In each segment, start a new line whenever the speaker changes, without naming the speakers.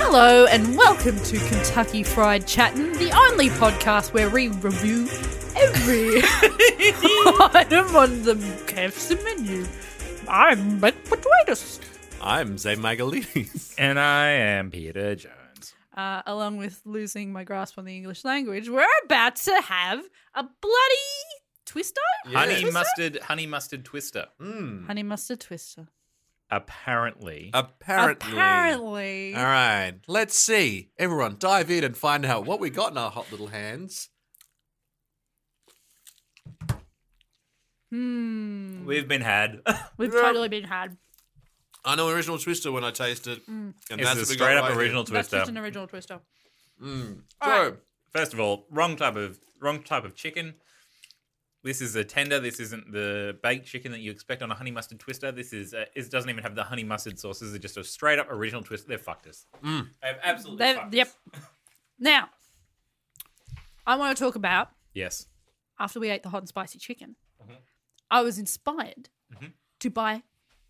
Hello and welcome to Kentucky Fried Chattin', the only podcast where we review every item on the KFC menu. I'm Matt Potatoes,
I'm Zay Magalides.
And I am Peter Jones.
uh, along with losing my grasp on the English language. We're about to have a bloody twister,
Honey
Yes.
mustard, honey mustard twister.
honey mustard twister.
Apparently,
Uh, Apparently.
Apparently,
All right. Let's see. Everyone, dive in and find out what we got in our hot little hands.
we've been had.
we've totally been had.
I know original Twister when I taste it. And
It's a
what we got
straight
right
up
here.
original
That's
twister.
just an original twister.
So,
First of all, wrong type of wrong type of chicken. This is a tender. This isn't the baked chicken that you expect on a honey mustard twister. This is uh it doesn't even have the honey mustard sauce. This is just a straight up original twist. They've fucked us.
Mm.
They've absolutely
They-
fucked
yep.
us.
Now, I want to talk about
Yes.
after we ate the hot and spicy chicken,
Mm-hmm.
I was inspired to buy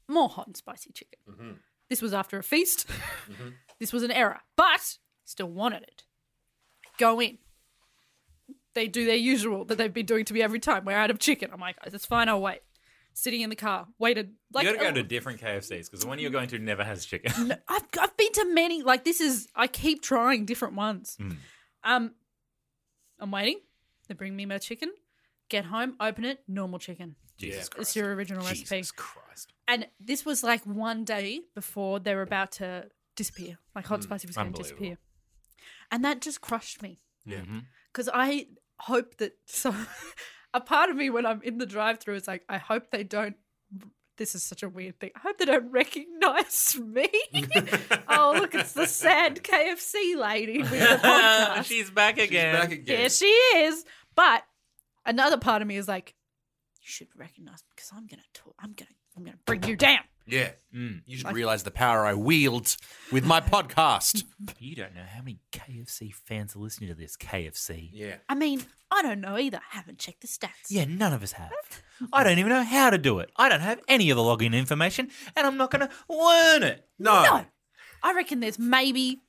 more hot and spicy chicken.
Mm-hmm.
This was after a feast. This was an error, but still wanted it. Go in. They do their usual that they've been doing to me every time. We're out of chicken. I'm like, it's fine. I'll wait. Sitting in the car, waited. Like,
you got to go
oh,
to different KFCs because the one you're going to never has chicken.
I've I've been to many. Like this is I keep trying different ones.
Hmm.
Um, I'm waiting. They bring me my chicken. Get home, open it, normal chicken.
Jesus
It's your original recipe.
Jesus Christ.
And this was like one day before they were about to disappear. Like hot spicy was going to
Hmm. unbelievable.
disappear. And that just crushed me
yeah.
Mm-hmm.
because I hope that so a part of me when I'm in the drive-through is like I hope they don't this is such a weird thing. I hope they don't recognize me. oh, look, it's the sad KFC lady with the podcast.
She's back again.
Back again.
Here she is. But another part of me is like, you should recognize me because I'm gonna talk. I'm gonna I'm gonna bring you down.
Yeah. You should realize the power I wield with my podcast.
You don't know how many KFC fans are listening to this KFC.
Yeah.
I mean, I don't know either. I haven't checked the stats.
Yeah, none of us have. I don't even know how to do it. I don't have any of the login information, and I'm not going to learn it.
No.
No, I reckon there's maybe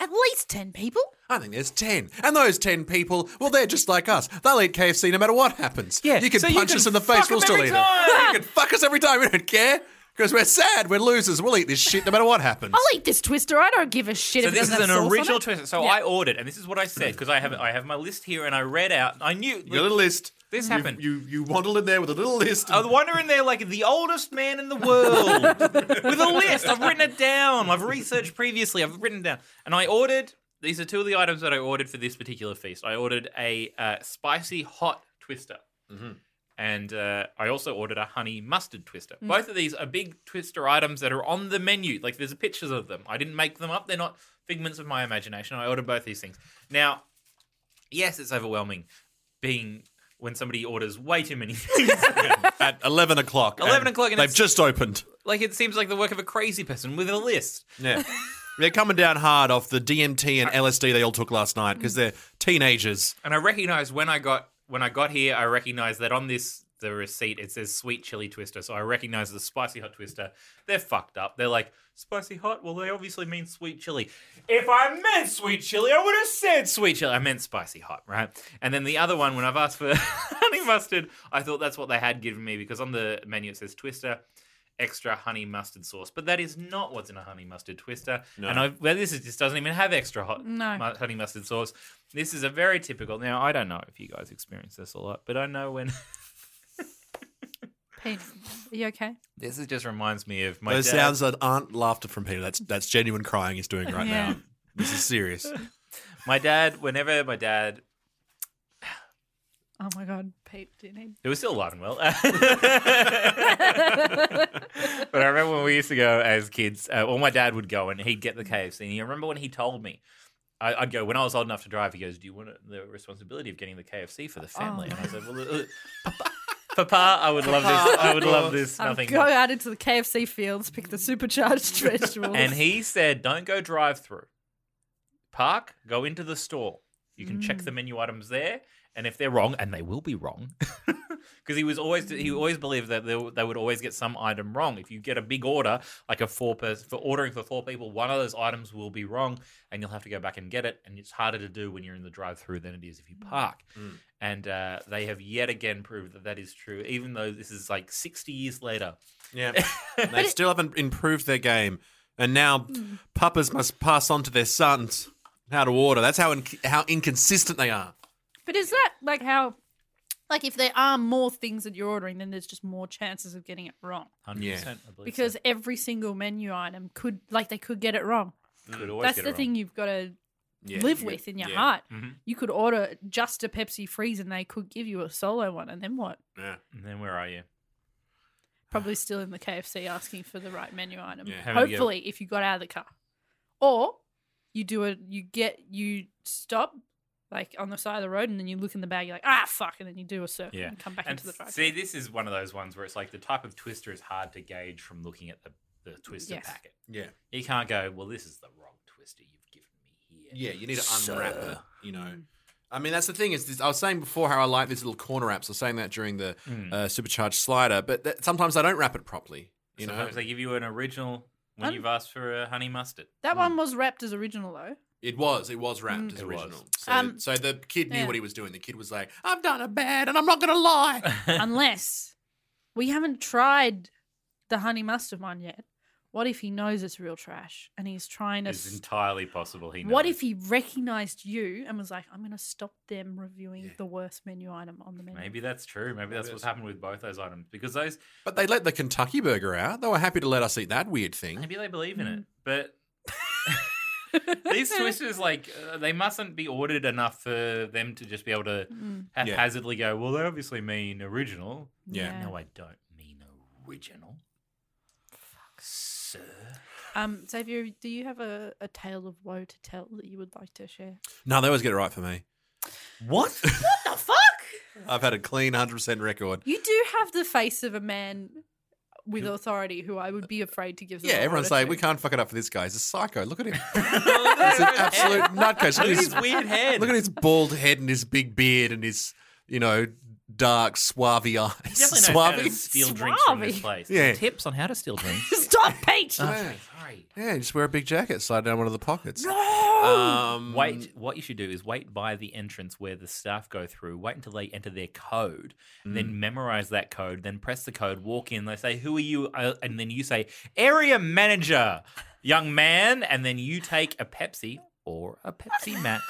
at least ten people.
I think there's 10. And those 10 people, well, they're just like us. They'll eat KFC no matter what happens.
Yeah,
You can
so you
punch
can
us in the
fuck
face, we'll
them
still
every
eat
time.
it. You can fuck us every time, we don't care. Because we're sad, we're losers, we'll eat this shit no matter what happens.
I'll eat this twister. I don't give a shit.
So
if it
this is
doesn't
an
have sauce on
original
it.
twist. So
Yeah.
I ordered, and this is what I said because I have I have my list here, and I read out. I knew
Your little list.
This
You-
happened.
You, you waddled in there with a little list.
I was wondering there like the oldest man in the world with a list. I've written it down. I've researched previously. I've written it down. And I ordered these are two of the items that I ordered for this particular feast. I ordered a uh, spicy hot twister. And uh, I also ordered a honey mustard twister. Both of these are big twister items that are on the menu. Like there's pictures of them. I didn't make them up. They're not figments of my imagination. I ordered both these things. Now, yes, it's overwhelming being when somebody orders way too many things.
at 11 o'clock.
11
and
o'clock and
They've
it's-
just opened.
Like it seems like the work of a crazy person with a list.
Yeah. they're coming down hard off the DMT and LSD they all took last night because they're teenagers.
And I recognized when I got when I got here, I recognized that on this the receipt it says sweet chili twister, so I recognize the spicy hot twister. They're fucked up. They're like spicy hot. Well, they obviously mean sweet chili. If I meant sweet chili, I would have said sweet chili. I meant spicy hot, right? And then the other one, when I've asked for honey mustard, I thought that's what they had given me because on the menu it says twister. extra honey mustard sauce, but that is not what's in a honey mustard twister. And I, well, this is, this doesn't even have extra hot
No.
mu- honey mustard sauce. This is a very typical. Now I don't know if you guys experience this a lot, but I know when
Pete, are you okay?
this is just reminds me of my
Those
dad.
sounds that aren't laughter from Peter. That's, that's genuine crying he's doing right
Yeah.
now. This is serious.
My dad, whenever my dad,
Oh my god, Pete, do you need?
who was still alive and well, but I remember when we used to go as kids. Uh, well, my dad would go and he'd get the KFC. And I remember when he told me. I- I'd go when I was old enough to drive. He goes, "Do you want the responsibility of getting the KFC for the family?"
Oh.
And I said, "Well, uh, Papa, Papa, I would love this. I would love this.
Um,
Nothing."
go
more."
out into the KFC fields, pick the supercharged vegetables.
And he said, "Don't go drive through. Park. Go into
Mm.
the store. You can check the menu items there, and if they're wrong, and they will be wrong, because he was always he always believed that they, they would always get some item wrong. If you get a big order, like a four person for ordering for four people, one of those items will be wrong, and you'll have to go back and get it. And it's harder to do when you're in the drive-through than it is if you
Mm.
park. And uh, they have yet again proved that that is true, even though this is like 60 years later.
Yeah. they still haven't improved their game. And now
Hmm.
papas must pass on to their sons how to order. That's how in- how inconsistent they are.
But is that like how, like if there are more things that you're ordering, then there's just more chances of getting it wrong
100%,
Yeah.
I believe.
because every single menu item could, like, they could get it wrong.
so. Could always
That's
get
the
it wrong.
thing you've got to
Yeah,
live
you-
with in your
yeah,
heart.
Mhm.
You could order just a Pepsi freeze, and they could give you a solo one, and then what?
Yeah.
And then where are you?
Probably still in the KFC asking for the right menu item.
Yeah,
having to get-
Hopefully, if you got out of the car, or you do it, you get you stop like on the side of the road, and then you look in the bag. You're like, ah, fuck, and then you do a circle
Yeah.
and come back
And
into the drive.
see, this is one of those ones where it's like the type of twister is hard to gauge from looking at the, the twister
Yes.
packet.
Yeah.
You can't go, well, this is the wrong twister you've given me here.
Yeah, you need to unwrap it. You know, I mean, that's the thing is, this, I was saying before how I like these little corner wraps. I was saying that during the
mm. Hmm.
uh, supercharged slider, but that, sometimes I don't wrap it properly. You
Sometimes
know,
they give you an original when
Un-
you've asked for a honey mustard.
That one
Hmm.
was wrapped as original though.
it was it was wrapped
Mm.
as
It was.
original. So,
Um,
so the kid knew
yeah.
what he was doing. The kid was like, "I've done a bad, and I'm not going to lie."
Unless we haven't tried the honey mustard one yet. What if he knows it's real trash and he's trying to?
It's
s-
entirely possible he knows.
What if he recognized you and was like, "I'm going to stop them reviewing
Yeah.
the worst menu item on the menu"?
Maybe that's true. Maybe that's what's happened with both those items because those
but they let the Kentucky burger out. They were happy to let us eat that weird thing.
maybe they believe in
Mm.
it, but these twisters like uh, they mustn't be ordered enough for them to just be able to
Mm,
haphazardly go. Well, they obviously mean original.
Yeah.
No, I don't mean original. Fuck, sir.
Um, Xavier, do you have a, a tale of woe to tell that you would like to share?
No, they always get it right for me.
What?
The fuck!
I've had a clean hundred percent record.
You do have the face of a man with authority who I would be afraid to give.
Yeah,
the
everyone's
order
like,
to.
"We can't fuck it up for this guy. He's a psycho. Look at him. He's an absolute nutcase.
Look at
Look
his weird head.
Look at his bald head and his big beard and his, you know, dark, suave eyes.
Definitely knows how to
Suave?
steal drinks from this
Suave.
place.
Yeah.
Tips on how to steal drinks.
Stop, Pete.
Yeah.
Sorry.
yeah, just wear a big jacket, slide down one of the pockets. Um,
Wait. What you should do is wait by the entrance where the staff go through. Wait until they enter their code, then memorize that code. Then press the code. Walk in. They say, "Who are you?" Uh, and then you say, "Area manager, young man." And then you take a Pepsi or a Pepsi Max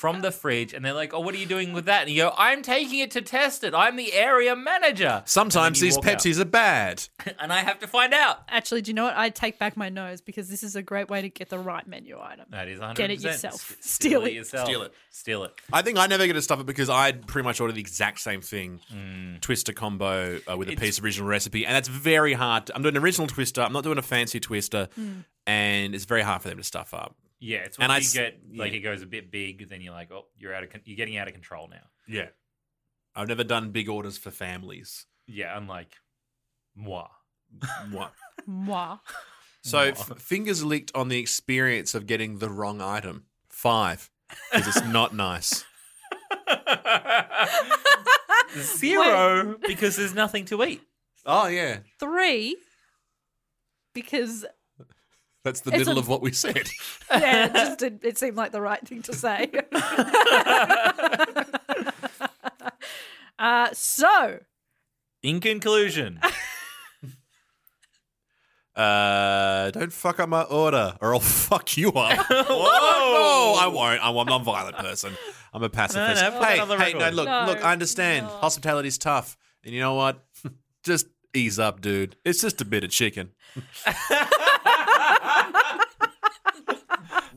from the fridge, and they're like, "Oh, what are you doing with that?" And you go, "I'm taking it to test it. I'm the area manager."
Sometimes
And then
these
you walk out.
Pepsis are bad.
and I have to find out.
Actually, do you know what? I take back my nose because this is a great way to get the right menu item.
That is 100%.
Get it yourself.
S-
Steal it.
yourself.
Steal it.
Steal it.
I think I never get to stuff it because I'd pretty much order the exact same thing,
Mm.
twister combo uh, with a piece of original recipe, and that's very hard. To, I'm doing an original twister. I'm not doing a fancy twister,
Hmm.
and it's very hard for them to stuff up.
Yeah, it's when
And I
you
s-
get like
yeah.
it goes a bit big, then you're like, oh, you're out of con- you're getting out of control now.
Yeah, I've never done big orders for families.
Yeah, unlike moi.
What?
Moi.
So f- fingers licked on the experience of getting the wrong item. Five, because it's not nice.
Zero because there's nothing to eat.
Oh yeah,
Three, because
that's the
It's
middle
a-
of what we said.
yeah, it just did, it seemed like the right thing to say. uh, so
In conclusion,
Uh, don't fuck up my order, or I'll fuck you up. Whoa! I won't. I'm, I'm not a violent person. I'm a pacifist.
No, no, put
hey,
it on the
hey, no,
record.
look,
No,
look. I understand.
no.
Hospitality's tough, and you know what? just ease up, dude. It's just a bit of chicken.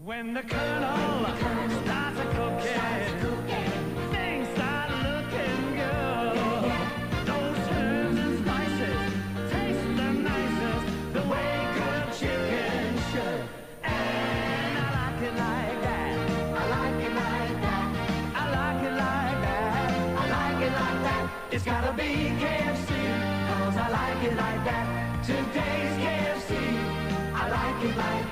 When the colonel starts a cooking, things start looking good. Those herbs and spices taste the nicest, the way good chicken should. And I like it like that. I like it like that. I like it like that. I like it like that. It's gotta be KFC, cause I like it like that. Today's KFC, I like it like